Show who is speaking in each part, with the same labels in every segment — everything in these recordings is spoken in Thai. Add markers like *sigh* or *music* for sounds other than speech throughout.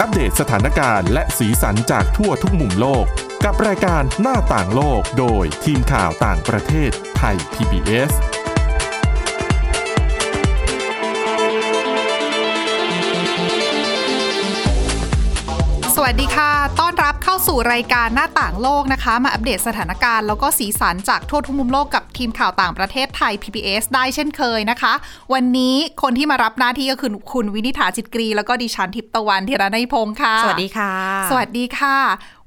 Speaker 1: อัปเดตสถานการณ์และสีสันจากทั่วทุกมุมโลก กับรายการหน้าต่างโลกโดยทีมข่าวต่างประเทศไทย PBS
Speaker 2: สวัสดีค่ะ ต้อนรับเข้าสู่รายการหน้าต่างโลกนะคะ มาอัปเดตสถานการณ์แล้วก็สีสันจากทั่วทุกมุมโลกกับทีมข่าวต่างประเทศไทย PBS ได้เช่นเคยนะคะ วันนี้คนที่มารับหน้าที่ก็คือคุณวินิษฐาจิตกรี แล้วก็ดิฉันทิพย์ตะวันธีรนัยพงค์ค่ะ
Speaker 3: สวัสดีค่ะ
Speaker 2: สวัสดีค่ะ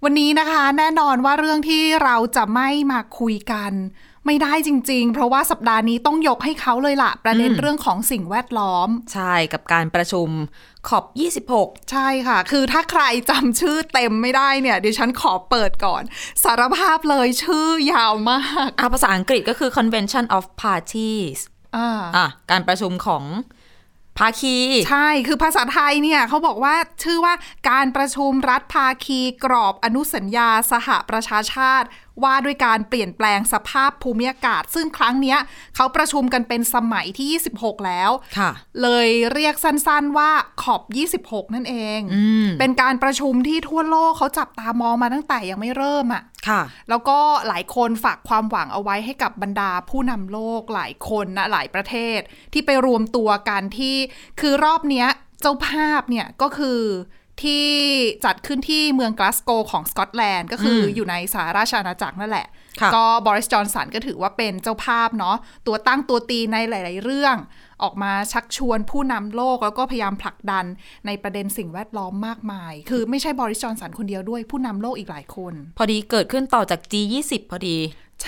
Speaker 2: วันนี้นะคะแน่นอนว่าเรื่องที่เราจะไม่มาคุยกัน ไม่ได้จริง ๆ เพราะว่าสัปดาห์นี้ต้องยกให้เขาเลยล่ะ ประเด็น
Speaker 3: อืม
Speaker 2: เรื่องของสิ่งแวดล้อม
Speaker 3: ใช่กับการประชุมขอบ 26
Speaker 2: ใช่ค่ะ คือถ้าใครจำชื่อเต็มไม่ได้เนี่ยเดี๋ยวฉันขอเปิดก่อน สารภาพเลยชื่อยาวมาก
Speaker 3: อาภาษาอังกฤษก็คือ Convention of Parties
Speaker 2: อ่า
Speaker 3: อ่ะการประชุมของภาคี
Speaker 2: ใช่ คือภาษาไทยเนี่ยเขาบอกว่าชื่อว่าการประชุมรัฐภาคีกรอบอนุสัญญาสหประชาชาติ ว่าด้วยการเปลี่ยนแปลงสภาพภูมิอากาศ ซึ่งครั้งเนี้ยเขาประชุมกันเป็นสมัยที่ 26 แล้ว
Speaker 3: ค่ะ
Speaker 2: เลยเรียกสั้นๆว่าขอบ 26 นั่นเอง
Speaker 3: อืม
Speaker 2: เป็นการประชุมที่ทั่วโลกเขาจับตามองมาตั้งแต่ยังไม่เริ่มอ่ะ
Speaker 3: ค่ะ
Speaker 2: แล้วก็หลายคนฝากความหวังเอาไว้ให้กับบรรดาผู้นำโลกหลายคนนะหลายประเทศ ที่ไปรวมตัวกันที่คือรอบเนี้ยเจ้าภาพเนี่ยก็คือที่จัดขึ้นที่เมืองกลาสโกของสกอตแลนด์ก็คืออ
Speaker 3: ม
Speaker 2: อยู่ในสหราชอาณาจักรนั่นแหละ
Speaker 3: ค่ะ
Speaker 2: ก็บริสจอนสันก็ถือว่าเป็นเจ้าภาพเนาะตัวตั้งตัวตีในหลาย ๆ เรื่อง ออกมาชักชวนผู้นำโลกแล้วก็พยายามผลักดันในประเด็นสิ่งแวดล้อมมากมาย คือไม่ใช่บริสจอนสันคนเดียวด้วยผู้นำโลกอีกหลายคน
Speaker 3: พอดีเกิดขึ้นต่อจาก G20 พอดี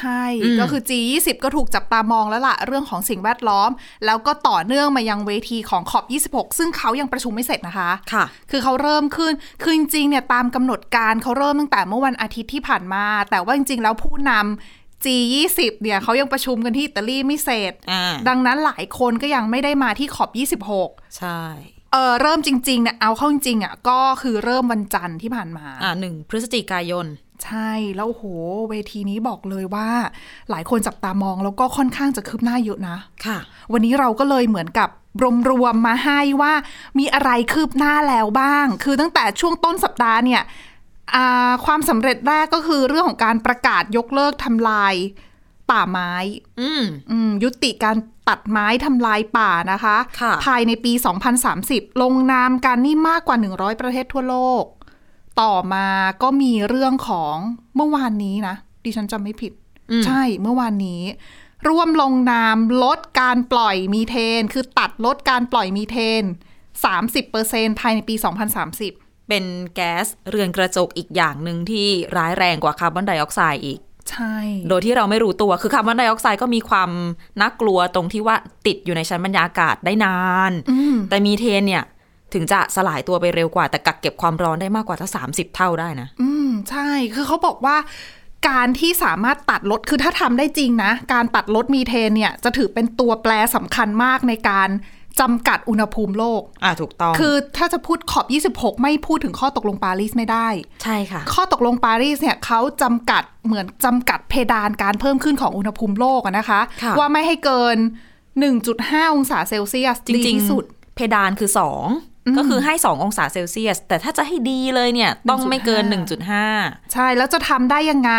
Speaker 2: ใช่
Speaker 3: อืม
Speaker 2: ก็คือ G20 ก็ถูกจับตามองแล้วล่ะ เรื่องของสิ่งแวดล้อม แล้วก็ต่อเนื่องมายังเวทีของขอบ 26 ซึ่งเขายังประชุมไม่เสร็จนะคะ
Speaker 3: ค่ะ
Speaker 2: คือเขาเริ่มขึ้น คือจริงๆเนี่ยตามกำหนดการเขาเริ่มตั้งแต่เมื่อวันอาทิตย์ที่ผ่านมา แต่ว่าจริงๆ แล้วผู้นำ G20 เนี่ยเขายังประชุมกันที่อิตาลีไม่เสร็จ
Speaker 3: อ่า
Speaker 2: ดังนั้นหลายคนก็ยังไม่ได้มาที่ขอบ 26
Speaker 3: ใช่
Speaker 2: เออเริ่มจริงๆเนี่ยเอาเข้าจริงๆอ่ะก็คือเริ่มวันจันทร์ที่ผ่านมา
Speaker 3: อ่าหนึ่งพฤศจิกายน
Speaker 2: ใช่ แล้วโหเวทีนี้บอกเลยว่า หลายคนจับตามองแล้วก็ค่อนข้างจะคืบหน้าเยอะนะ
Speaker 3: ค่ะ
Speaker 2: วันนี้เราก็เลยเหมือนกับรวมๆมาให้ว่า มีอะไรคืบหน้าแล้วบ้าง คือตั้งแต่ช่วงต้นสัปดาห์เนี่ยอ่าความสำเร็จแรกก็คือเรื่องของการประกาศยกเลิกทำลายป่าไม้
Speaker 3: อืม
Speaker 2: อืมยุติการตัดไม้ทำลายป่านะคะ
Speaker 3: ค่ะ
Speaker 2: ภายในปี 2030 ลงนามกันนี่มากกว่า 100 ประเทศทั่วโลก ต่อมาก็มีเรื่องของเมื่อวานนี้นะ ดิฉันจำไม่ผิด
Speaker 3: อืม
Speaker 2: ใช่เมื่อวานนี้ ร่วมลงนามลดการปล่อยมีเทน คือตัดลดการปล่อยมีเทน 30%ภายในปี 2030
Speaker 3: เป็นแก๊สเรือนกระจกอีกอย่างหนึ่งที่ร้ายแรงกว่าคาร์บอนไดออกไซด์อีก
Speaker 2: ใช่
Speaker 3: โดยที่เราไม่รู้ตัว คือคาร์บอนไดออกไซด์ก็มีความน่ากลัวตรงที่ว่าติดอยู่ในชั้นบรรยากาศได้นาน
Speaker 2: อืม
Speaker 3: แต่มีเทนเนี่ย ถึงจะสลายตัวไปเร็วกว่า แต่กักเก็บความร้อนได้มากกว่าถ้า30 เท่าได้นะ
Speaker 2: อืม ใช่ คือเขาบอกว่าการที่สามารถตัดลด คือถ้าทำได้จริงนะ การตัดลดมีเทนเนี่ย จะถือเป็นตัวแปรสำคัญมากในการจำกัดอุณหภูมิโลก
Speaker 3: อ่าถูกต้อง
Speaker 2: คือถ้าจะพูดขอบ 26 ไม่พูดถึงข้อตกลงปารีสไม่ได้
Speaker 3: ใช่ค่ะ
Speaker 2: ข้อตกลงปารีสเนี่ยเขาจำกัดเหมือนจำกัดเพดานการเพิ่มขึ้นของอุณหภูมิโลกอะนะคะ
Speaker 3: ค่ะ
Speaker 2: ว่าไม่ให้เกิน 1.5 องศาเซลเซียส
Speaker 3: จริง
Speaker 2: ดีที่
Speaker 3: ๆ
Speaker 2: สุด
Speaker 3: เพดานคือ 2 ก็คือให้ 2 องศาเซลเซียส แต่ถ้าจะให้ดีเลยเนี่ย ต้องไม่เกิน 1.5
Speaker 2: ใช่ แล้วจะทำได้ยังไง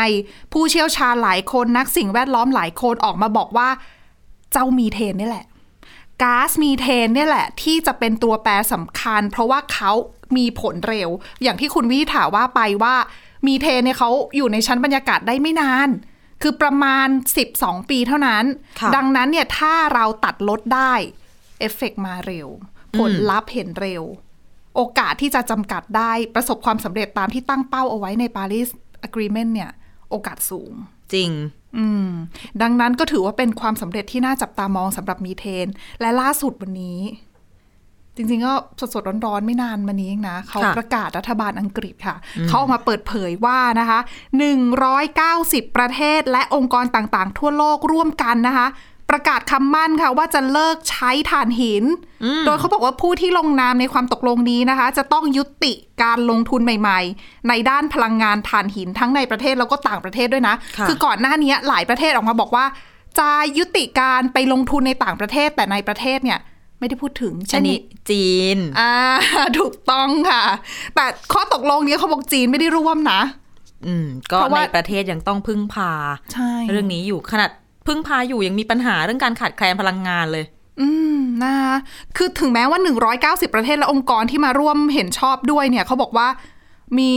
Speaker 2: ผู้เชี่ยวชาญหลายคนนักสิ่งแวดล้อมหลายคนออกมาบอกว่า เจ้ามีเทนนี่แหละก๊าซมีเทนเนี่ยแหละ ที่จะเป็นตัวแปรสำคัญ เพราะว่าเขามีผลเร็ว อย่างที่คุณวิถาว่าไปว่า มีเทนเนี่ยเขาอยู่ในชั้นบรรยากาศได้ไม่นาน คือประมาณ 12 ปีเท่านั้น
Speaker 3: ค่ะ
Speaker 2: ดังนั้นเนี่ยถ้าเราตัดลดได้เอฟเฟกต์มาเร็ว ผลลัพธ์เห็นเร็ว โอกาสที่จะจำกัดได้ประสบความสำเร็จตามที่ตั้งเป้าเอาไว้ในปารีส Agreement เนี่ย โอกาสสูง
Speaker 3: จริง
Speaker 2: อืม ดังนั้นก็ถือว่าเป็นความสำเร็จที่น่าจับตามองสำหรับมีเทน และล่าสุดวันนี้ จริงๆ ก็สดๆ ร้อนๆ ไม่นานมานี้เองนะ เขา
Speaker 3: ค่ะ
Speaker 2: ประกาศรัฐบาลอังกฤษค่ะ เขาออกมาเปิดเผยว่านะคะ 190 ประเทศและองค์กรต่างๆ ทั่วโลกร่วมกันนะคะ ประกาศคำมั่นค่ะ ว่าจะเลิกใช้ถ่านหิน โดยเขาบอกว่าผู้ที่ลงนามในความตกลงนี้นะคะ จะต้องยุติการลงทุนใหม่ ๆ ในด้านพลังงานถ่านหินทั้งในประเทศแล้วก็ต่างประเทศด้วยนะ
Speaker 3: ค่ะ
Speaker 2: คือก่อนหน้านี้หลายประเทศออกมาบอกว่า จะยุติการไปลงทุนในต่างประเทศแต่ในประเทศเนี่ย ไม่ได้พูดถึง
Speaker 3: อั
Speaker 2: เช่
Speaker 3: น
Speaker 2: น
Speaker 3: นี้จีน
Speaker 2: อ่า *laughs* ถูกต้องค่ะ แต่ข้อตกลงนี้เขาบอกจีนไม่ได้ร่วมนะ
Speaker 3: อืม ก็
Speaker 2: เพราะ
Speaker 3: ใน
Speaker 2: ว่า
Speaker 3: ประเทศยังต้องพึ่งพา
Speaker 2: ใช่
Speaker 3: เรื่องนี้อยู่ขนาดพึ่งพาอยู่ยังมีปัญหาเรื่องการขาดแคลนพลังงานเลย
Speaker 2: อืมนะคะคือถึงแม้ว่า 190 ประเทศและองค์กรที่มาร่วมเห็นชอบด้วยเนี่ยเขาบอกว่ามี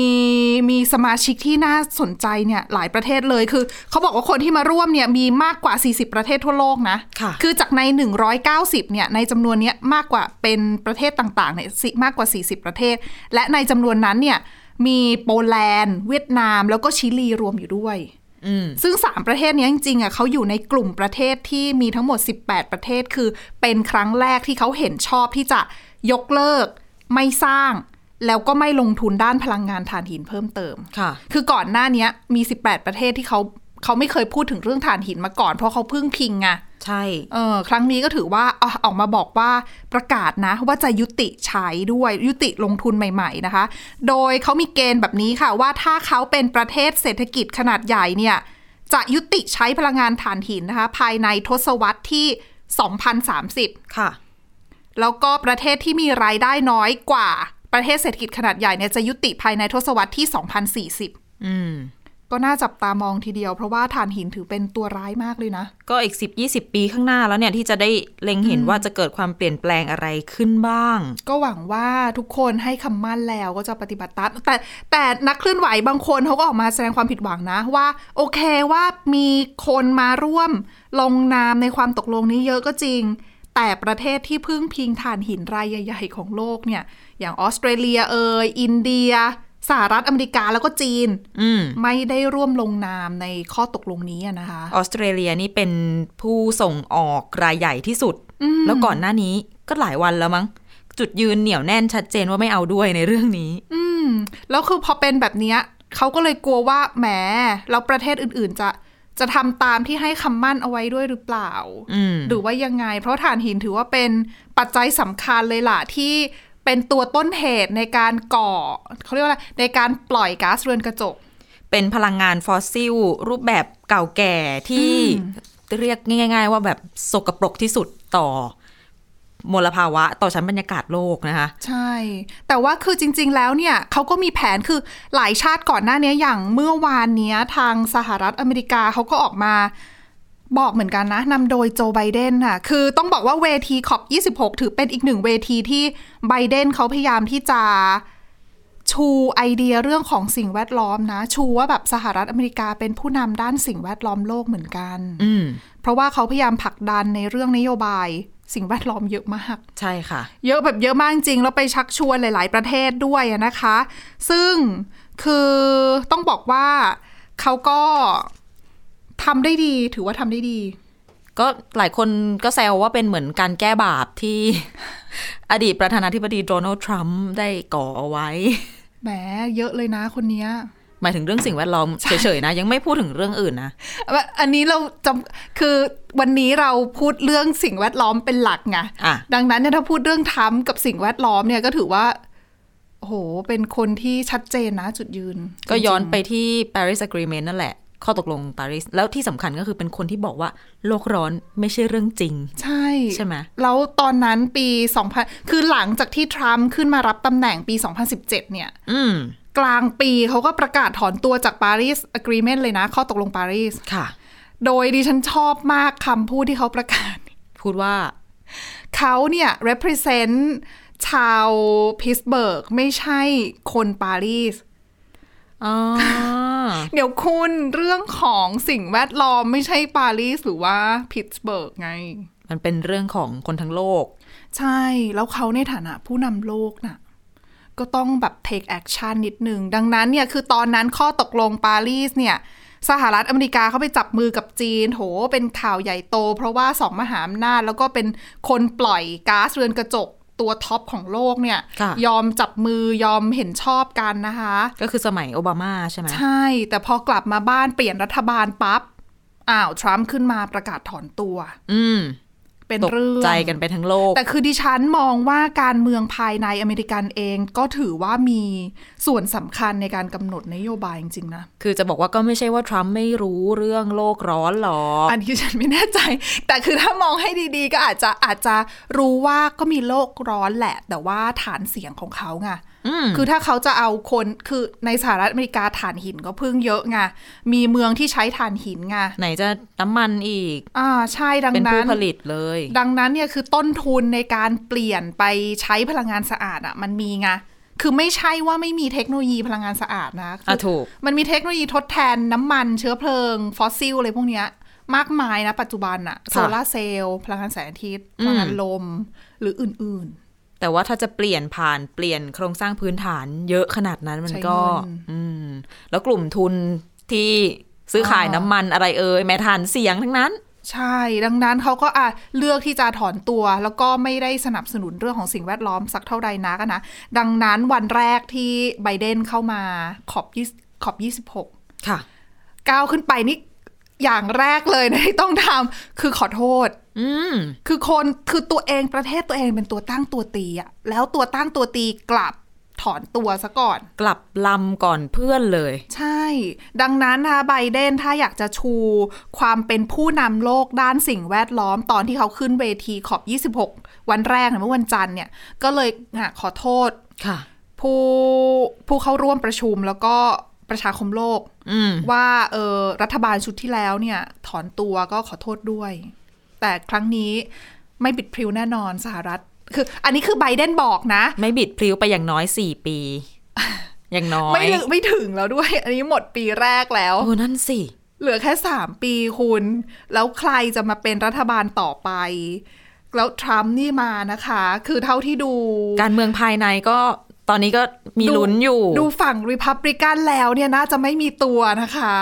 Speaker 2: มีสมาชิกที่น่าสนใจเนี่ยหลายประเทศเลยคือเขาบอกว่าคนที่มาร่วมเนี่ยมีมากกว่า 40 ประเทศทั่วโลกนะ
Speaker 3: ค่ะ
Speaker 2: คือจากใน 190เนี่ยในจำนวนเนี้ยมากกว่าเป็นประเทศต่างๆเนี่ยสิมากกว่า 40 ประเทศ และในจำนวนนั้นเนี่ยมีโปแลนด์ เวียดนาม แล้วก็ชิลีรวมอยู่ด้วย
Speaker 3: อืม
Speaker 2: ซึ่ง 3 ประเทศเนี้ยจริงๆอ่ะเขาอยู่ในกลุ่มประเทศที่มีทั้งหมด 18 ประเทศคือเป็นครั้งแรกที่เขาเห็นชอบที่จะยกเลิก ไม่สร้าง แล้วก็ไม่ลงทุนด้านพลังงานถ่านหินเพิ่มเติม
Speaker 3: ค่ะ
Speaker 2: คือก่อนหน้าเนี้ยมี 18 ประเทศที่เขาเขาไม่เคยพูดถึงเรื่องถ่านหินมาก่อน เพราะเขาเพึ่งพิงไง
Speaker 3: ใช่
Speaker 2: เออครั้งนี้ก็ถือว่าเอาออกมาบอกว่าประกาศนะว่าจะยุติใช้ด้วยยุติลงทุนใหม่ ๆนะคะ โดยเขามีเกณฑ์แบบนี้ค่ะว่าถ้าเขาเป็นประเทศเศรษฐกิจขนาดใหญ่เนี่ย จะยุติใช้พลังงานถ่านหินนะคะ ภายในทศวรรษที่ 2030
Speaker 3: ค่ะ
Speaker 2: แล้วก็ประเทศที่มีรายได้น้อยกว่าประเทศเศรษฐกิจขนาดใหญ่เนี่ยจะยุติภายในทศวรรษที่ 2040
Speaker 3: อืม
Speaker 2: ก็น่าจับตามองทีเดียว เพราะว่าถ่านหินถือเป็นตัวร้ายมากเลยนะ
Speaker 3: ก็อีกสิบยี่สิบปีข้างหน้าแล้วเนี่ยที่จะได้เล็งเห็นว่าจะเกิดความเปลี่ยนแปลงอะไรขึ้นบ้าง
Speaker 2: ก็หวังว่าทุกคนให้คำมั่นแล้วก็จะปฏิบัติตามแต่แต่นักเคลื่อนไหวบางคนเขาก็ออกมาแสดงความผิดหวังนะว่า โอเคว่ามีคนมาร่วม ลงนามในความตกลงนี้เยอะก็จริง แต่ประเทศที่พึ่งพิงถ่านหินรายใหญ่ๆของโลกเนี่ย อย่างออสเตรเลียเอยอินเดียสหรัฐอเมริกาแล้วก็จีน
Speaker 3: อืม
Speaker 2: ไม่ได้ร่วมลงนามในข้อตกลงนี้อะนะคะ
Speaker 3: ออสเตรเลียนี่เป็นผู้ส่งออกรายใหญ่ที่สุด แล้วก่อนหน้านี้ก็หลายวันแล้วมั้ง จุดยืนเหนียวแน่นชัดเจนว่าไม่เอาด้วยในเรื่องนี้
Speaker 2: อืมแล้วคือพอเป็นแบบเนี้ยเขาก็เลยกลัวว่าแหมแล้วประเทศอื่นๆ จะจะทำตามที่ให้คำมั่นเอาไว้ด้วยหรือเปล่า
Speaker 3: อืม
Speaker 2: หรือว่ายังไง เพราะถ่านหินถือว่าเป็นปัจจัยสำคัญเลยล่ะ ที่เป็นตัวต้นเหตุในการก่อเขาเรียกว่าอะไรในการปล่อยก๊าซเรือนกระจก
Speaker 3: เป็นพลังงานฟอสซิล รูปแบบเก่าแก่ที่เรียกง่าย ๆ ว่าแบบสกปรกที่สุดต่อมลภาวะต่อชั้นบรรยากาศโลกนะคะ
Speaker 2: ใช่ แต่ว่าคือจริง ๆ แล้วเนี่ยเขาก็มีแผนคือหลายชาติก่อนหน้าเนี้ยอย่างเมื่อวานเนี้ยทางสหรัฐอเมริกาเขาก็ออกมาบอกเหมือนกันนะนำโดยโจไบเดนค่ะ คือต้องบอกว่าเวทีขอบ26 ถือเป็นอีกหนึ่งเวทีที่ไบเดนเขาพยายามที่จะชูไอเดียเรื่องของสิ่งแวดล้อมนะ ชูว่าแบบสหรัฐอเมริกาเป็นผู้นำด้านสิ่งแวดล้อมโลกเหมือนกัน
Speaker 3: อืม
Speaker 2: เพราะว่าเขาพยายามผลักดันในเรื่องนโยบาย สิ่งแวดล้อมเยอะมาก
Speaker 3: ใช่ค่ะ
Speaker 2: เยอะแบบเยอะมากจริงๆแล้วไปชักชวนหลาย ๆ ประเทศด้วยอะนะคะ ซึ่งคือต้องบอกว่าเขาก็ทำได้ดีถือว่าทำได้ดี
Speaker 3: ก็หลายคนก็แซวว่าเป็นเหมือนการแก้บาปที่ *laughs* อดีตประธานาธิบดีโดนัลด์ทรัมป์ได้ก่อเอาไว้
Speaker 2: แหมเยอะเลยนะคนเนี้ย
Speaker 3: หมายถึงเรื่องสิ่งแวดล้อม *laughs* เฉยๆนะ ยังไม่พูดถึงเรื่องอื่นนะ
Speaker 2: แบบอันนี้เราจำคือวันนี้เราพูดเรื่องสิ่งแวดล้อมเป็นหลักไง
Speaker 3: อ่ะ
Speaker 2: ดังนั้นเนี่ยถ้าพูดเรื่องทำกับสิ่งแวดล้อมเนี่ยก็ถือว่าโอ้โหเป็นคนที่ชัดเจนนะจุดยืน
Speaker 3: ก็ย้อนไปที่ Paris Agreement นั่นแหละ ข้อตกลงปารีสแล้วที่สำคัญก็คือเป็นคนที่บอกว่าโลกร้อนไม่ใช่เรื่องจริง
Speaker 2: ใช่
Speaker 3: ใช่ไหม
Speaker 2: แล้วตอนนั้นปี 2000 คือหลังจากที่ทรัมป์ขึ้นมารับตำแหน่งปี 2017 เนี่ย
Speaker 3: อืม
Speaker 2: กลางปีเขาก็ประกาศถอนตัวจาก Paris Agreement เลยนะ ข้อตกลงปารีส
Speaker 3: ค่ะ
Speaker 2: โดยดิฉันชอบมากคำพูดที่เขาประกาศ
Speaker 3: พูดว่า *laughs*
Speaker 2: เขาเนี่ย represent ชาวพิสเบิร์กไม่ใช่คนปารีส
Speaker 3: อ๋อ
Speaker 2: เดี๋ยวคุณเรื่องของสิ่งแวดล้อมไม่ใช่ปารีสหรือว่าพิสเบิร์กไง
Speaker 3: มันเป็นเรื่องของคนทั้งโลก
Speaker 2: ใช่ แล้วเขาในฐานะผู้นำโลกน่ะ ก็ต้องแบบ take action นิดนึง ดังนั้นเนี่ย คือตอนนั้นข้อตกลงปารีสเนี่ย สหรัฐอเมริกาเขาไปจับมือกับจีน โห เป็นข่าวใหญ่โต เพราะว่าสองมหาอำนาจ แล้วก็เป็นคนปล่อยก๊าซเรือนกระจกตัวท็อปของโลกเนี่ย
Speaker 3: ค่ะ
Speaker 2: ยอมจับมือยอมเห็นชอบกันนะคะ
Speaker 3: ก็คือสมัยโอบามาใช่ไหม
Speaker 2: ใช่ แต่พอกลับมาบ้านเปลี่ยนรัฐบาลปับ๊บ อ้าว ทรัมป์ขึ้นมาประกาศถอนตัว
Speaker 3: อืม
Speaker 2: เป็น
Speaker 3: ตก
Speaker 2: เรื่อง
Speaker 3: ใจกันไปทั้งโลก
Speaker 2: แต่คือดิฉันมองว่าการเมืองภายในอเมริกันเองก็ถือว่ามีส่วนสำคัญในการกำหนดนโยบายจริงๆนะ
Speaker 3: คือจะบอกว่าก็ไม่ใช่ว่าทรัมป์ไม่รู้เรื่องโลกร้อนหรอก
Speaker 2: อันนี้ฉันไม่แน่ใจ *laughs* แต่คือถ้ามองให้ดีๆ ก็อาจจะอาจจะรู้ว่าก็มีโลกร้อนแหละ แต่ว่าฐานเสียงของเขาไง
Speaker 3: อืม
Speaker 2: คือถ้าเขาจะเอาคนคือในสหรัฐอเมริกาฐานหินก็เพิ่งเยอะไง มีเมืองที่ใช้ฐานหินไง
Speaker 3: ไหนจะน้ำมันอีก
Speaker 2: อ่าใช่ดัง
Speaker 3: เป็นผู้
Speaker 2: นั้น
Speaker 3: ผลิตเลย
Speaker 2: ดังนั้นเนี่ยคือต้นทุนในการเปลี่ยนไปใช้พลังงานสะอาดอะ่ะมันมีไง คือไม่ใช่ว่าไม่มีเทคโนโลยีพลังงานสะอาดนะคื
Speaker 3: อ่ะถูก
Speaker 2: มันมีเทคโนโลยีทดแทนน้ำมันเชื้อเพลิง ฟอสซิลอะไรพวกเนี้ยมากมายนะปัจจุบันอะโซลาร์เซลล์พลังงานแสงอาทิตย์พลังงานลมหรืออื่น
Speaker 3: แต่ว่าถ้าจะเปลี่ยนผ่านเปลี่ยนโครงสร้างพื้นฐานเยอะขนาดนั้นมัน
Speaker 2: ใช้
Speaker 3: ก็
Speaker 2: เงิน
Speaker 3: อืม แล้วกลุ่มทุนที่ซื้อขาย
Speaker 2: อ่า
Speaker 3: น้ำมันอะไรเอ่ยแม้ฐานเสียงทั้งนั้น
Speaker 2: ๆ ใช่ ดังนั้นเขาก็อ่ะเลือกที่จะถอนตัว แล้วก็ไม่ได้สนับสนุนเรื่องของสิ่งแวดล้อมสักเท่าใดนักอะนะดังนั้นวันแรกที่ไบเดนเข้ามาขอบยี่ขอบยี่สิบหก
Speaker 3: ค่ะ
Speaker 2: ก้าวขึ้นไปนี่อย่างแรกเลยนะที่ต้องทำคือขอโทษ
Speaker 3: อืม
Speaker 2: คือคนคือตัวเองประเทศตัวเองเป็นตัวตั้งตัวตีอะแล้วตัวตั้งตัวตีกลับถอนตัวซะก่อน
Speaker 3: กลับลำก่อนเพื่อนเลย
Speaker 2: ใช่ ดังนั้นนะคะไบเดนถ้าอยากจะชูความเป็นผู้นำโลกด้านสิ่งแวดล้อมตอนที่เขาขึ้นเวทีขอบ 26 วันแรกเนี่ยเมื่อวันจันทร์เนี่ย ก็เลยอ่ะขอโทษ
Speaker 3: ค่ะ
Speaker 2: ผู้ผู้เข้าร่วมประชุมแล้วก็ประชาคมโลก
Speaker 3: อืม
Speaker 2: ว่าเออรัฐบาลชุดที่แล้วเนี่ย ถอนตัวก็ขอโทษด้วย แต่ครั้งนี้ไม่บิดพริ้วแน่นอนสหรัฐ คือ อันนี้คือไบเดนบอกนะ
Speaker 3: ไม่บิดพลิ้วไปอย่างน้อยสี่ปี อย่างน้อย
Speaker 2: ไม่ถึงไม่ถึงแล้วด้วย อันนี้หมดปีแรกแล้ว
Speaker 3: โอ้นั่นสิ
Speaker 2: เหลือแค่สามปีคุณ แล้วใครจะมาเป็นรัฐบาลต่อไป แล้วทรัมป์นี่มานะคะ คือเท่าที่ดู
Speaker 3: การเมืองภายในก็ตอนนี้ก็มี
Speaker 2: ดู
Speaker 3: ลุ้นอยู่
Speaker 2: ดูฝั่งริพับลิกันแล้วเนี่ยน่าจะไม่มีตัวนะคะ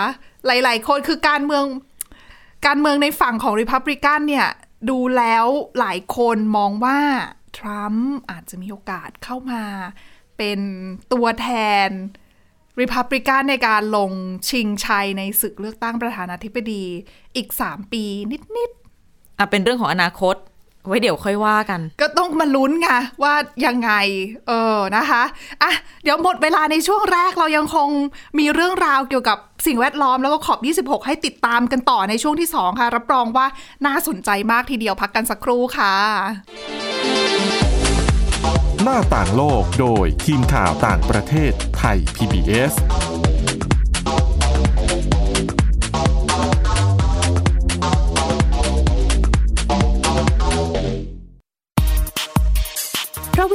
Speaker 2: หลาย ๆ คนคือการเมือง การเมืองในฝั่งของริพับลิกันเนี่ย ดูแล้วหลายคนมองว่า ทรัมป์อาจจะมีโอกาสเข้ามา เป็นตัวแทนริพับลิกันในการลงชิงชัยในศึกเลือกตั้งประธานาธิบดีอีก 3 ปีนิด
Speaker 3: อ่ะเป็นเรื่องของอนาคต ไว้เดี๋ยวค่อยว่ากัน
Speaker 2: ๆ ก็ต้องมาลุ้นไงว่ายังไง เออนะคะอ่ะเดี๋ยวหมดเวลาในช่วงแรกเรายังคงมีเรื่องราวเกี่ยวกับสิ่งแวดล้อมแล้วก็ขอบ 26 ให้ติดตามกันต่อในช่วงที่ 2 ค่ะ รับรองว่าน่าสนใจมากทีเดียวพักกันสักครู่ค่ะ
Speaker 1: หน้าต่างโลกโดยทีมข่าวต่างประเทศไทย PBS
Speaker 4: เพราะว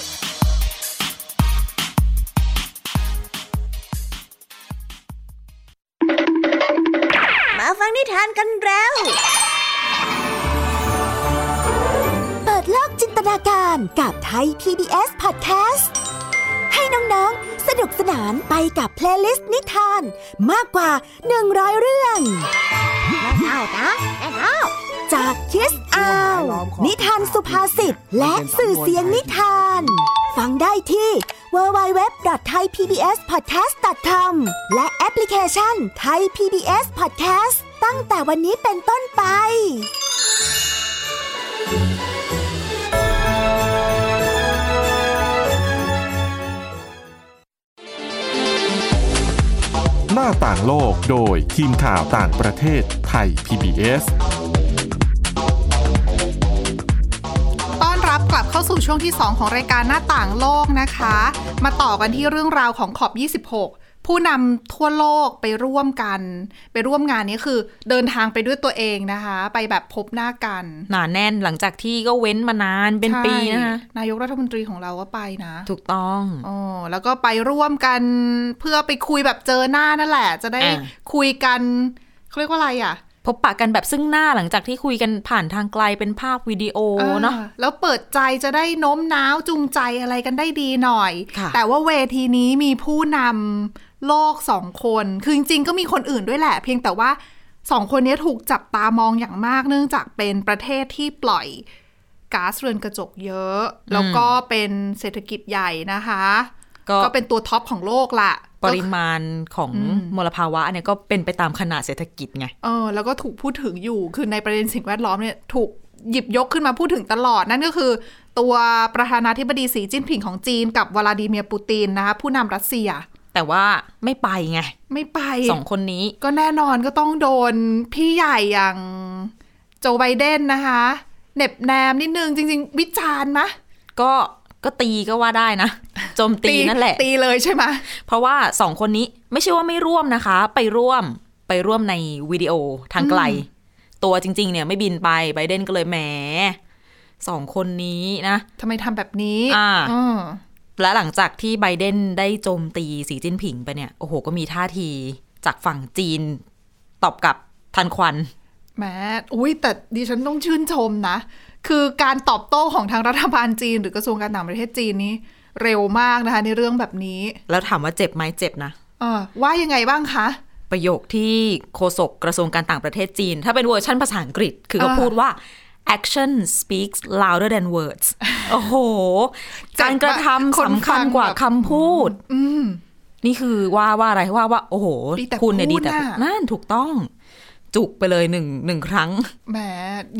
Speaker 5: มาฟังนิทานกันแล้ว เปิดโลกจินตนาการกับไทย PBS Podcast ให้น้องๆ สนุกสนานไปกับเพลย์ลิสต์นิทาน มากกว่า 100 เรื่องเอานะเอาจากคิสอาว นิทานสุภาษิตและสื่อเสียงนิทาน ฟังได้ที่ www.thaipbspodcast.com และแอปพลิเคชัน Thai PBS Podcast ตั้งแต่วันนี้เป็นต้นไป
Speaker 1: หน้าต่างโลกโดยทีมข่าวต่างประเทศไทย PBS
Speaker 2: ต้อนรับกลับเข้าสู่ช่วงที่ 2 ของรายการหน้าต่างโลกนะคะ มาต่อกันที่เรื่องราวของขอบ 26 ผู้นำทั่วโลกไปร่วมกัน ไปร่วมงานนี้คือเดินทางไปด้วยตัวเองนะคะ ไปแบบพบหน้ากัน
Speaker 3: หนาแน่นหลังจากที่ก็เว้นมานานเป็นปีนะคะ
Speaker 2: ใช่นายกรัฐมนตรีของเราก็ไปนะ
Speaker 3: ถูกต้อง
Speaker 2: อ๋อแล้วก็ไปร่วมกันเพื่อไปคุยแบบเจอหน้านั่นแหละ จะได้
Speaker 3: อ่า
Speaker 2: คุยกันเขาเรียกว่าอะไรอ่ะ
Speaker 3: พบปะกันแบบซึ่งหน้าหลังจากที่คุยกันผ่านทางไกลเป็นภาพวิดีโอเนาะ
Speaker 2: ออแล้วเปิดใจจะได้โน้มน้าวจูงใจอะไรกันได้ดีหน่อย
Speaker 3: ค่ะ
Speaker 2: แต่ว่าเวทีนี้มีผู้นำโลกสองคน คือจริงๆก็มีคนอื่นด้วยแหละ เพียงแต่ว่าสองคนนี้ถูกจับตามองอย่างมากเนื่องจากเป็นประเทศที่ปล่อยก๊าซเรือนกระจกเยอะ แล้วก็เป็นเศรษฐกิจใหญ่นะคะ
Speaker 3: ก็
Speaker 2: ก็เป็นตัวท็อปของโลกละ
Speaker 3: ปริมาณของมลภาวะเนี่ยก็เป็นไปตามขนาดเศรษฐกิจไง
Speaker 2: เออแล้วก็ถูกพูดถึงอยู่คือในประเด็นสิ่งแวดล้อมเนี่ยถูกหยิบยกขึ้นมาพูดถึงตลอด นั่นก็คือ ตัวประธานาธิบดีสีจิ้นผิงของจีนกับวลาดิเมียร์ปูตินนะคะผู้นำรัสเซีย
Speaker 3: แต่ว่าไม่ไปไง
Speaker 2: ไม่ไป
Speaker 3: สองคนนี้
Speaker 2: ก็แน่นอนก็ต้องโดนพี่ใหญ่อย่างโจไบเดนนะคะเหน็บแนมนิดนึงจริง ๆ วิจารณ์มะ
Speaker 3: ก็ก็ตีก็ว่าได้นะ โจมตีนั่นแหละ
Speaker 2: ตีเลยใช่ไหมะ
Speaker 3: เพราะว่าสองคนนี้ไม่ใช่ว่าไม่ร่วมนะคะ ไปร่วมไปร่วมในวิดีโอทางไกล ตัวจริง ๆ เนี่ยไม่บินไปไบเดนก็เลยแหมสองคนนี้นะ
Speaker 2: ทำไมทำแบบนี้
Speaker 3: อ่า
Speaker 2: อืม
Speaker 3: และหลังจากที่ไบเดนได้โจมตีสีจิ้นผิงไปเนี่ยโอ้โห ก็มีท่าทีจากฝั่งจีนตอบกลับทันควัน
Speaker 2: แหมอุ้ยแต่ดิฉันต้องชื่นชมนะ คือการตอบโต้ของทางรัฐบาลจีน หรือกระทรวงการต่างประเทศจีนนี้ เร็วมากนะคะในเรื่องแบบนี้
Speaker 3: แล้วถามว่าเจ็บไหมเจ็บนะ
Speaker 2: เออว่ายังไงบ้างคะ
Speaker 3: ประโยคที่โฆษกกระทรวงการต่างประเทศจีน ถ้าเป็นเวอร์ชันภาษาอังกฤษ คือก็
Speaker 2: อ่า
Speaker 3: พูดว่า action speaks louder than words โอ้โห การกระทำสำคัญกว่าคำพูด
Speaker 2: อืม
Speaker 3: นี่คือว่าว่าอะไรว่าว่า โอ้โห
Speaker 2: ดีแต่
Speaker 3: คุณเนี่ยดีแต่
Speaker 2: พูดน่ะ
Speaker 3: นั่นถูกต้อง จุกไปเลยหนึ่งหนึ่งครั้ง
Speaker 2: แหม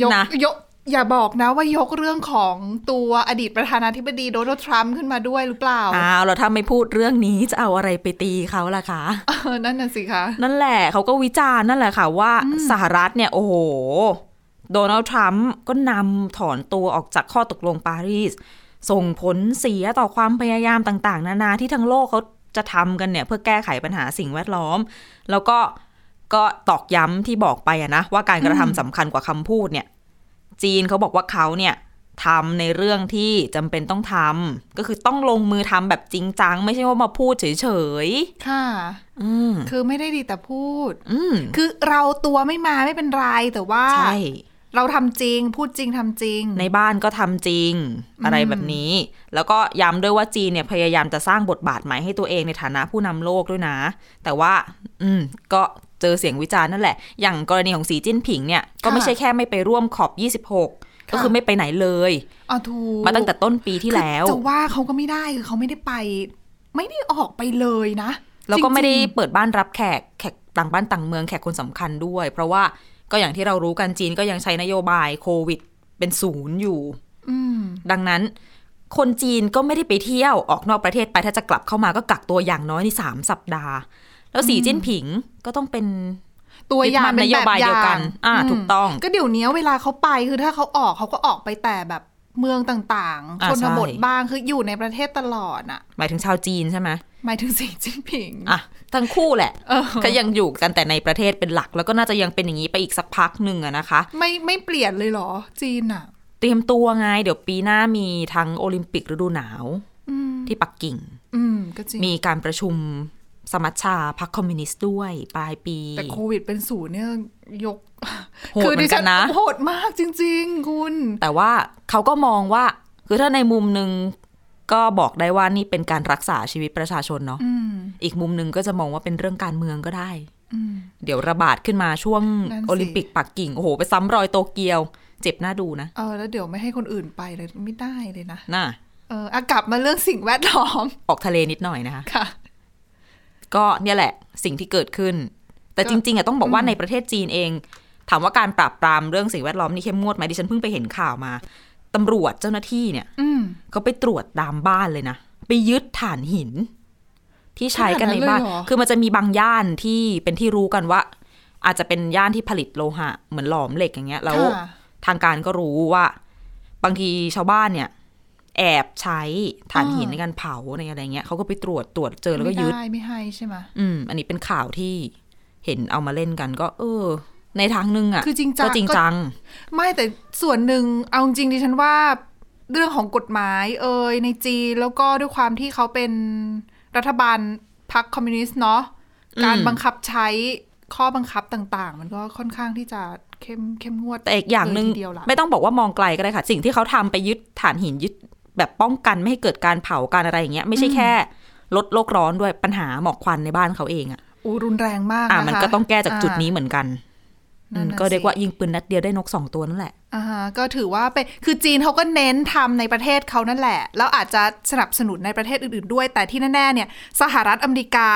Speaker 2: ยก
Speaker 3: นะ
Speaker 2: ยก อย่าบอกนะว่ายกเรื่องของตัวอดีตประธานาธิบดีโดนัลด์ทรัมป์ขึ้นมาด้วยหรือเปล่า
Speaker 3: อ้าวแล้วถ้าไม่พูดเรื่องนี้จะเอาอะไรไปตีเขาล่ะคะ
Speaker 2: เออนั่นน่ะสิคะ
Speaker 3: นั่นแหละเขาก็วิจารณ์นั่นแหละค่ะว่าสหรัฐเนี่ย โอ้โห โดนัลด์ทรัมป์ก็นำถอนตัวออกจากข้อตกลงปารีส ส่งผลเสียต่อความพยายามต่าง ๆ นานาที่ทั้งโลกเขาจะทำกันเนี่ย เพื่อแก้ไขปัญหาสิ่งแวดล้อม แล้วก็ก็ตอกย้ำที่บอกไปอะนะว่าการกระทำสำคัญกว่าคำพูดเนี่ย จีนเขาบอกว่าเขาเนี่ยทำในเรื่องที่จำเป็นต้องทำก็คือต้องลงมือทำแบบจริงจังไม่ใช่ว่ามาพูดเฉย
Speaker 2: ค่ะ
Speaker 3: ๆอืม
Speaker 2: คือไม่ได้ดีแต่พูด
Speaker 3: อืม
Speaker 2: คือเราตัวไม่มาไม่เป็นไรแต่ว่า
Speaker 3: ใช่
Speaker 2: เราทำจริงพูดจริงทำจริง
Speaker 3: ในบ้านก็ทำจริงอะไรแบบนี้ แล้วก็ย้ำด้วยว่าจีนเนี่ยพยายามจะสร้างบทบาทใหม่ให้ตัวเองในฐานะผู้นำโลกด้วยนะ แต่ว่า อืม ก็เจอเสียงวิจารณ์นั่นแหละ อย่างกรณีของสีจิ้นผิงเนี่ย ก็ไม่ใช่แค่ไม่ไปร่วมขอบ 26 ก็คือไม่ไปไหนเลย
Speaker 2: อ๋อถูก
Speaker 3: มาตั้งแต่ต้นปีที่แล้ว
Speaker 2: คือจะว่าเขาก็ไม่ได้คือเขาไม่ได้ไป ไม่ได้ออกไปเลยนะ
Speaker 3: แล้วก็ไม่ได้
Speaker 2: จริง
Speaker 3: เปิดบ้านรับแขกแขกต่างบ้านต่างเมืองแขกคนสำคัญด้วย เพราะว่าก็อย่างที่เรารู้กันจีนก็ยังใช้นโยบายโควิด เป็นศูนย์อยู่
Speaker 2: ๆอืม
Speaker 3: ดังนั้นคนจีนก็ไม่ได้ไปเที่ยวออกนอกประเทศไปถ้าจะกลับเข้ามาก็กักตัวอย่างน้อยในสามสัปดาห์ แล้วสีจิ้นผิงก็ต้องเป็น
Speaker 2: ตัวอย่างเป็น
Speaker 3: ยึด
Speaker 2: แบ
Speaker 3: มั่นนโย
Speaker 2: บ
Speaker 3: บาย
Speaker 2: อ
Speaker 3: เดียวกั
Speaker 2: ย่าน ง
Speaker 3: อ่าถูกต้อง
Speaker 2: ก็เดี๋ยวนี้เวลาเขาไปคือถ้าเขาออกเขาก็ออกไปแต่แบบเมืองต่างๆ
Speaker 3: อ่า
Speaker 2: ชนบท
Speaker 3: ใช่
Speaker 2: บ้างคืออยู่ในประเทศตลอดอ่ะ
Speaker 3: หมายถึงชาวจีนใช่ไหม
Speaker 2: หมายถึงสีจิ้นผิง
Speaker 3: อ่ะทั้งคู่แหละ
Speaker 2: เออ
Speaker 3: ก็ยังอยู่กันแต่ในประเทศเป็นหลัก แล้วก็น่าจะยังเป็นอย่างนี้ไปอีกสักพักหนึ่งอะนะคะ
Speaker 2: ไม่ไม่เปลี่ยนเลยเหรอ จีนอ่ะ
Speaker 3: เตรียมตัวไงเดี๋ยวปีหน้ามีทั้งโอลิมปิกฤดูหนาวที่ปักกิ่ง
Speaker 2: อืม ก็จริง
Speaker 3: มีการประชุมสมัชชาพรรคคอมมิวนิสต์ด้วยปลายปี
Speaker 2: แต่โควิดเป็นศูนย์เนี่ยยก
Speaker 3: โหดเหมือนกันนะ
Speaker 2: โหดมากจริง ๆ คุณ
Speaker 3: แต่ว่าเขาก็มองว่า คือถ้าในมุมหนึ่งก็บอกได้ว่านี่เป็นการรักษาชีวิตประชาชนเนาะ
Speaker 2: อืม
Speaker 3: อีกมุมหนึ่งก็จะมองว่าเป็นเรื่องการเมืองก็ได้
Speaker 2: อืม
Speaker 3: เดี๋ยวระบาดขึ้นมาช่วง
Speaker 2: นั่นสิ
Speaker 3: โอลิมปิกปักกิ่ง โอ้โห ไปซ้ำรอยโตเกียว เจ็บหน้าดูนะ
Speaker 2: เออแล้วเดี๋ยวไม่ให้คนอื่นไปเลยไม่ได้เลยนะ
Speaker 3: น่ะ
Speaker 2: เอออะกลับมาเรื่องสิ่งแวดล้อม
Speaker 3: ออกทะเลนิดหน่อยนะคะ
Speaker 2: ค่ะ
Speaker 3: ก็เนี่ยแหละสิ่งที่เกิดขึ้น แต่
Speaker 2: ก็
Speaker 3: จริงๆอ่ะต้องบอกว่าในประเทศจีนเอง ถามว่าการปราบปรามเรื่องสิ่งแวดล้อมนี่เข้มงวดไหมดิฉันเพิ่งไปเห็นข่าวมาตำรวจเจ้าหน้าที่เนี่ย
Speaker 2: อืม
Speaker 3: เขาไปตรวจตามบ้านเลยนะ ไปยึดฐานหิน ที่ใช้กันในบ้าน
Speaker 2: ขนาดนั้นเลยเหรอ
Speaker 3: คือมันจะมีบางย่านที่เป็นที่รู้กันว่า อาจจะเป็นย่านที่ผลิตโลหะ เหมือนหลอมเหล็กอย่างเงี้ย แล้ว
Speaker 2: ค่ะ
Speaker 3: ทางการก็รู้ว่า บางทีชาวบ้านเนี่ย แอบใช้ฐานหิน
Speaker 2: อ่า
Speaker 3: ในการเผาในอะไรเงี้ยเขาก็ไปตรวจตรวจเจอแล้วก็
Speaker 2: ไม่
Speaker 3: ยึด
Speaker 2: ได้ไม่ให้ใช่ไหม
Speaker 3: อืม อันนี้เป็นข่าวที่เห็นเอามาเล่นกันก็ เออ ในทางหนึ่งอะ
Speaker 2: คือจริงจัง
Speaker 3: ก็จริงจัง
Speaker 2: ไม่แต่ส่วนหนึ่งเอาจริงดิฉันว่า เรื่องของกฎหมายเอ่ยในจีนแล้วก็ด้วยความที่เขาเป็นรัฐบาลพรรคคอมมิวนิสต์เนาะการบังคับใช้ ข้อบังคับต่างๆ มันก็ค่อนข้างที่จะเข้มเข้มงวด
Speaker 3: แต่อีกอย่างหนึ่ง
Speaker 2: เลทีเดียวล่ะ
Speaker 3: ไม่ต้องบอกว่ามองไกลก็ได้ค่ะ สิ่งที่เขาทำไปยึดฐานหินยึดแบบป้องกันไม่ให้เกิดการเผาการอะไรอย่างเงี้ยไม่ใช่แค่ ลดโลกร้อนด้วยปัญหาหมอกควันในบ้านเขาเองอ่ะ
Speaker 2: อูรุนแรงมาก
Speaker 3: อ่ะ
Speaker 2: นะคะ
Speaker 3: มันก็ต้องแก้จากจุดนี้
Speaker 2: อ่า
Speaker 3: เหมือนกัน
Speaker 2: นั่นน่ะ
Speaker 3: อืมก็เรียก
Speaker 2: สิ
Speaker 3: ว่ายิงปืนนัดเดียวได้นกสองตัวนั่นแหละ
Speaker 2: อ่าฮะก็ถือว่าเป็นคือจีนเขาก็เน้นทำในประเทศเขานั่นแหละ แล้วอาจจะสนับสนุนในประเทศอื่นๆด้วย แต่ที่แน่ๆเนี่ยสหรัฐอเมริกา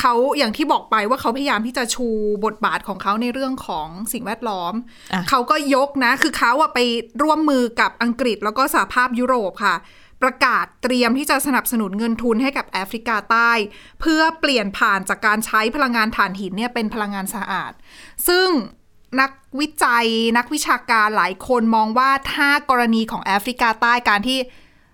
Speaker 2: เขาอย่างที่บอกไปว่าเขาพยายามที่จะชูบทบาทของเขาในเรื่องของสิ่งแวดล้อม
Speaker 3: อ่ะ
Speaker 2: เขาก็ยกนะ คือเขาอะไปร่วมมือกับอังกฤษแล้วก็สหภาพยุโรปค่ะ ประกาศเตรียมที่จะสนับสนุนเงินทุนให้กับแอฟริกาใต้ เพื่อเปลี่ยนผ่านจากการใช้พลังงานถ่านหินเนี่ยเป็นพลังงานสะอาด ซึ่งนักวิจัยนักวิชาการหลายคนมองว่าถ้ากรณีของแอฟริกาใต้การที่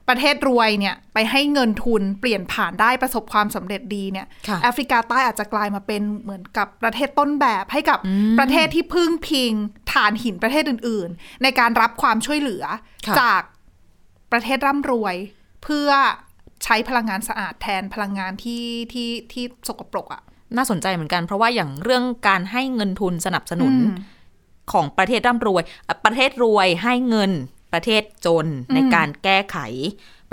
Speaker 2: ประเทศรวยเนี่ยไปให้เงินทุนเปลี่ยนผ่านได้ประสบความสำเร็จดีเนี่ย
Speaker 3: ค่ะ
Speaker 2: แอฟริกาใต้อาจจะกลายมาเป็นเหมือนกับประเทศต้นแบบให้กับประเทศที่พึ่งพิงฐานหินประเทศอื่น ๆ ในการรับความช่วยเหลือ
Speaker 3: ค่ะ
Speaker 2: จากประเทศร่ำรวย เพื่อใช้พลังงานสะอาดแทนพลังงานที่ที่ที่สกปรกอะ
Speaker 3: น่าสนใจเหมือนกัน เพราะว่าอย่างเรื่องการให้เงินทุนสนับสนุน
Speaker 2: อืม
Speaker 3: ของประเทศร่ำรวยอ่ะประเทศรวยให้เงินประเทศจน
Speaker 2: อืม
Speaker 3: ในการแก้ไข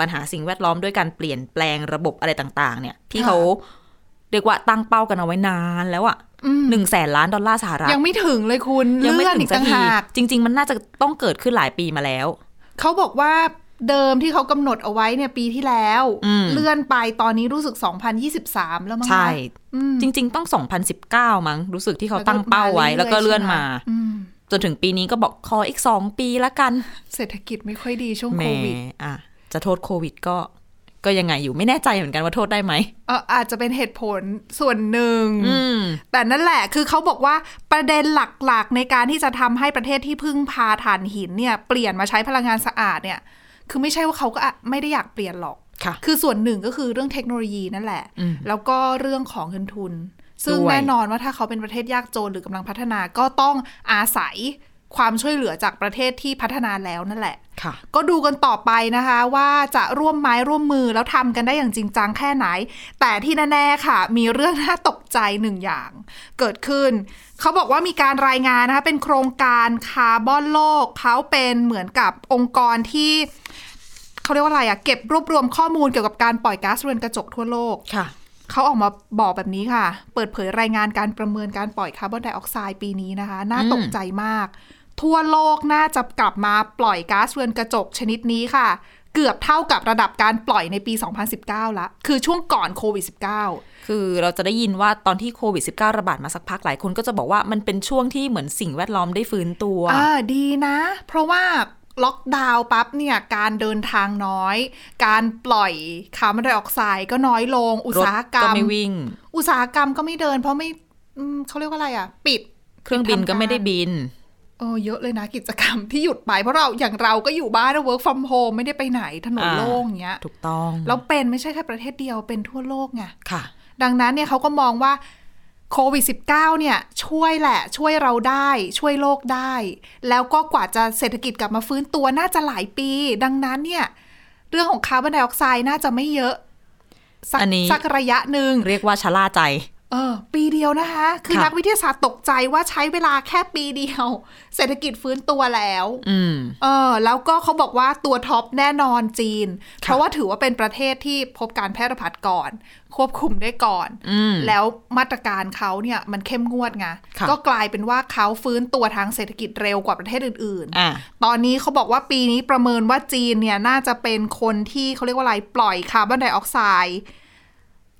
Speaker 3: ปัญหาสิ่งแวดล้อมด้วยการเปลี่ยนแปลงระบบอะไรต่างๆ เนี่ยที่
Speaker 2: ค่ะ
Speaker 3: เขาเรียกว่าตั้งเป้ากันเอาไว้นานแล้วอะ
Speaker 2: อืม
Speaker 3: หนึ่งแสนล้านดอลลาร์สหรัฐ
Speaker 2: ยังไม่ถึงเลยคุณ
Speaker 3: ยั
Speaker 2: เลื่อ
Speaker 3: ไม่
Speaker 2: น
Speaker 3: ถึ
Speaker 2: อี
Speaker 3: ง
Speaker 2: ก
Speaker 3: สั
Speaker 2: ต่า
Speaker 3: ก
Speaker 2: ง
Speaker 3: ที
Speaker 2: หาก
Speaker 3: จริง ๆ มันน่าจะต้องเกิดขึ้นหลายปีมาแล้ว
Speaker 2: เขาบอกว่าเดิมที่เขากำหนดเอาไว้เนี่ยปีที่แล้ว
Speaker 3: อืม
Speaker 2: เลื่อนไปตอนนี้รู้สึก 2023 แล้วมั้งคะ
Speaker 3: ใช่
Speaker 2: อืม
Speaker 3: จริง ๆ ต้อง 2019 มั้งรู้สึกที่เขาตั้งเป้าไว้ แล้วก็เลื่อนมา
Speaker 2: อืม
Speaker 3: จนถึงปีนี้ก็บอกขออีกสองปีละกัน
Speaker 2: เศรษฐกิจไม่ค่อยดีช่วง
Speaker 3: แห
Speaker 2: โค
Speaker 3: ม่
Speaker 2: วิด
Speaker 3: อ่ะ จะโทษโควิดก็ ก็ยังไงอยู่ไม่แน่ใจเหมือนกันว่าโทษได้ไหม
Speaker 2: เอออาจจะเป็นเหตุผลส่วนหนึ่ง
Speaker 3: อืม
Speaker 2: แต่นั่นแหละ คือเขาบอกว่าประเด็นหลักๆ ในการที่จะทำให้ประเทศที่พึ่งพาถ่านหินเนี่ย เปลี่ยนมาใช้พลังงานสะอาดเนี่ย คือไม่ใช่ว่าเขาก็อะไม่ได้อยากเปลี่ยนหรอก
Speaker 3: ค่ะ
Speaker 2: คือส่วนหนึ่งก็คือเรื่องเทคโนโลยีนั่นแหละ
Speaker 3: อืม
Speaker 2: แล้วก็เรื่องของเงินทุน ซึ่ง
Speaker 3: ด้วย
Speaker 2: แน่นอนว่าถ้าเขาเป็นประเทศยากจนหรือกำลังพัฒนาก็ต้องอาศัยความช่วยเหลือจากประเทศที่พัฒนาแล้วนั่นแหละ
Speaker 3: ค่ะ
Speaker 2: ก็ดูกันต่อไปนะคะว่าจะร่วมไม้ร่วมมือแล้วทำกันได้อย่างจริงจังแค่ไหน แต่ที่แน่ๆค่ะ มีเรื่องน่าตกใจหนึ่งอย่าง เกิดขึ้น เขาบอกว่ามีการรายงานนะคะเป็นโครงการคาร์บอนโลก เขาเป็นเหมือนกับองค์กรที่ เขาเรียกว่าอะไรอะเก็บรวบรวมข้อมูลเกี่ยวกับการปล่อยก๊าซเรือนกระจกทั่วโลก
Speaker 3: ค่ะ
Speaker 2: เขาออกมาบอกแบบนี้ค่ะ เปิดเผยรายงานการประเมินการปล่อยคาร์บอนไดออกไซด์ปีนี้นะคะ น่า
Speaker 3: อืม
Speaker 2: ตกใจมาก ทั่วโลกน่าจะกลับมาปล่อยก๊าซเรือนกระจกชนิดนี้ค่ะ เกือบเท่ากับระดับการปล่อยในปี 2019 ละ คือช่วงก่อนโควิด -19
Speaker 3: คือเราจะได้ยินว่าตอนที่โควิด -19 ระบาดมาสักพักหลายคนก็จะบอกว่ามันเป็นช่วงที่เหมือนสิ่งแวดล้อมได้ฟื้นตัว
Speaker 2: อ่าดีนะ เพราะว่าล็อกดาวน์ปั๊บเนี่ยการเดินทางน้อย การปล่อยคาร์บอนไดออกไซด์ก็น้อยลง อุต
Speaker 3: รถ
Speaker 2: สาหกรร
Speaker 3: ก็
Speaker 2: ม
Speaker 3: ไม่วิ่ง
Speaker 2: อุตสาหกรรมก็ไม่เดิน เพราะไม่อืมเขาเรียกว่าอะไรอ่ะ ปิด
Speaker 3: เครื่องบินก็ไม่ได้
Speaker 2: ทำการ
Speaker 3: บิน
Speaker 2: เออเยอะเลยนะกิจกรรมที่หยุดไป เพราะเราอย่างเราก็อยู่บ้านนะ work from home ไม่ได้ไปไหนถนน
Speaker 3: อ่า
Speaker 2: โล่งอย่างเงี้ย
Speaker 3: ถูกต้อง
Speaker 2: แล้วเป็นไม่ใช่แค่ประเทศเดียวเป็นทั่วโลกไง
Speaker 3: ค่ะ
Speaker 2: ดังนั้นเนี่ยเขาก็มองว่าโควิด -19 เนี่ย ช่วยแหละ ช่วยเราได้ ช่วยโลกได้ แล้วก็กว่าจะเศรษฐกิจกลับมาฟื้นตัวน่าจะหลายปี ดังนั้นเนี่ย เรื่องของคาร์บอนไดออกไซด์น่าจะไม่เยอะสัก
Speaker 3: อันนี้
Speaker 2: สักระยะหนึ่ง
Speaker 3: เรียกว่าชะล่าใจ
Speaker 2: เออปีเดียวนะคะ คือ
Speaker 3: ค่ะ
Speaker 2: นักวิทยาศาสตร์ตกใจว่าใช้เวลาแค่ปีเดียว *laughs* เศรษฐกิจฟื้นตัวแล้ว
Speaker 3: อืม
Speaker 2: เออแล้วก็เขาบอกว่าตัวท็อปแน่นอนจีน เพราะว่าถือว่าเป็นประเทศที่พบการแพร่ระบาดก่อน ควบคุมได้ก่อน
Speaker 3: อืม
Speaker 2: แล้วมาตรการเขาเนี่ยมันเข้มงวดไง
Speaker 3: ค่ะ
Speaker 2: ก็กลายเป็นว่าเขาฟื้นตัวทางเศรษฐกิจเร็วกว่าประเทศอื่น ๆ
Speaker 3: อ่ะ
Speaker 2: ตอนนี้เขาบอกว่าปีนี้ประเมินว่าจีนเนี่ยน่าจะเป็นคนที่เขาเรียกว่าอะไรปล่อยคาร์บอนไดออกไซด์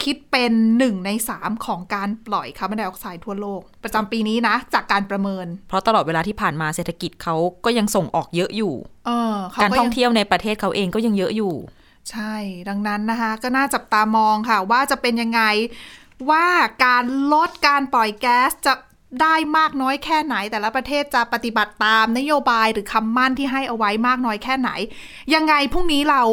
Speaker 2: คิดเป็นหนึ่งในสามของการปล่อยคาร์บอนไดออกไซด์ทั่วโลก ประจำปีนี้นะ จากการประเมิน
Speaker 3: เพราะตลอดเวลาที่ผ่านมาเศรษฐกิจเขาก็ยังส่งออกเยอะอยู่
Speaker 2: เออเข
Speaker 3: การ
Speaker 2: ก็
Speaker 3: ท่อง
Speaker 2: ยั
Speaker 3: เที่ยวในประเทศเขาเองก็ยังเยอะอยู่
Speaker 2: ใช่ ดังนั้นนะคะก็น่าจับตามองค่ะ ว่าจะเป็นยังไงว่าการลดการปล่อยแก๊สจะได้มากน้อยแค่ไหน แต่ละประเทศจะปฏิบัติตามนโยบายหรือคำมั่นที่ให้เอาไว้มากน้อยแค่ไหน ยังไงพรุ่งนี้เรา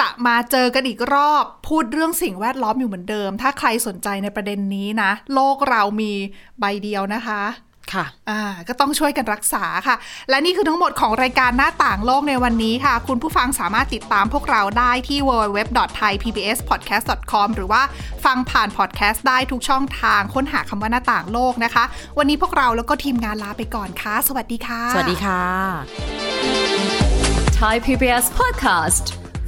Speaker 2: จะมาเจอกันอีกรอบพูดเรื่องสิ่งแวดล้อมอยู่เหมือนเดิม ถ้าใครสนใจในประเด็นนี้นะ โลกเรามีใบเดียวนะคะ
Speaker 3: ค่ะ
Speaker 2: อ่าก็ต้องช่วยกันรักษาค่ะ และนี่คือทั้งหมดของรายการหน้าต่างโลกในวันนี้ค่ะ คุณผู้ฟังสามารถติดตามพวกเราได้ที่ www.thaipbspodcast.com หรือว่าฟังผ่านพอดแคสต์ได้ทุกช่องทางค้นหาคำว่าหน้าต่างโลกนะคะ วันนี้พวกเราแล้วก็ทีมงานลาไปก่อนค่ะ สวัสดีค่ะ
Speaker 3: สวัสดีค่ะ
Speaker 6: Thai PBS podcast.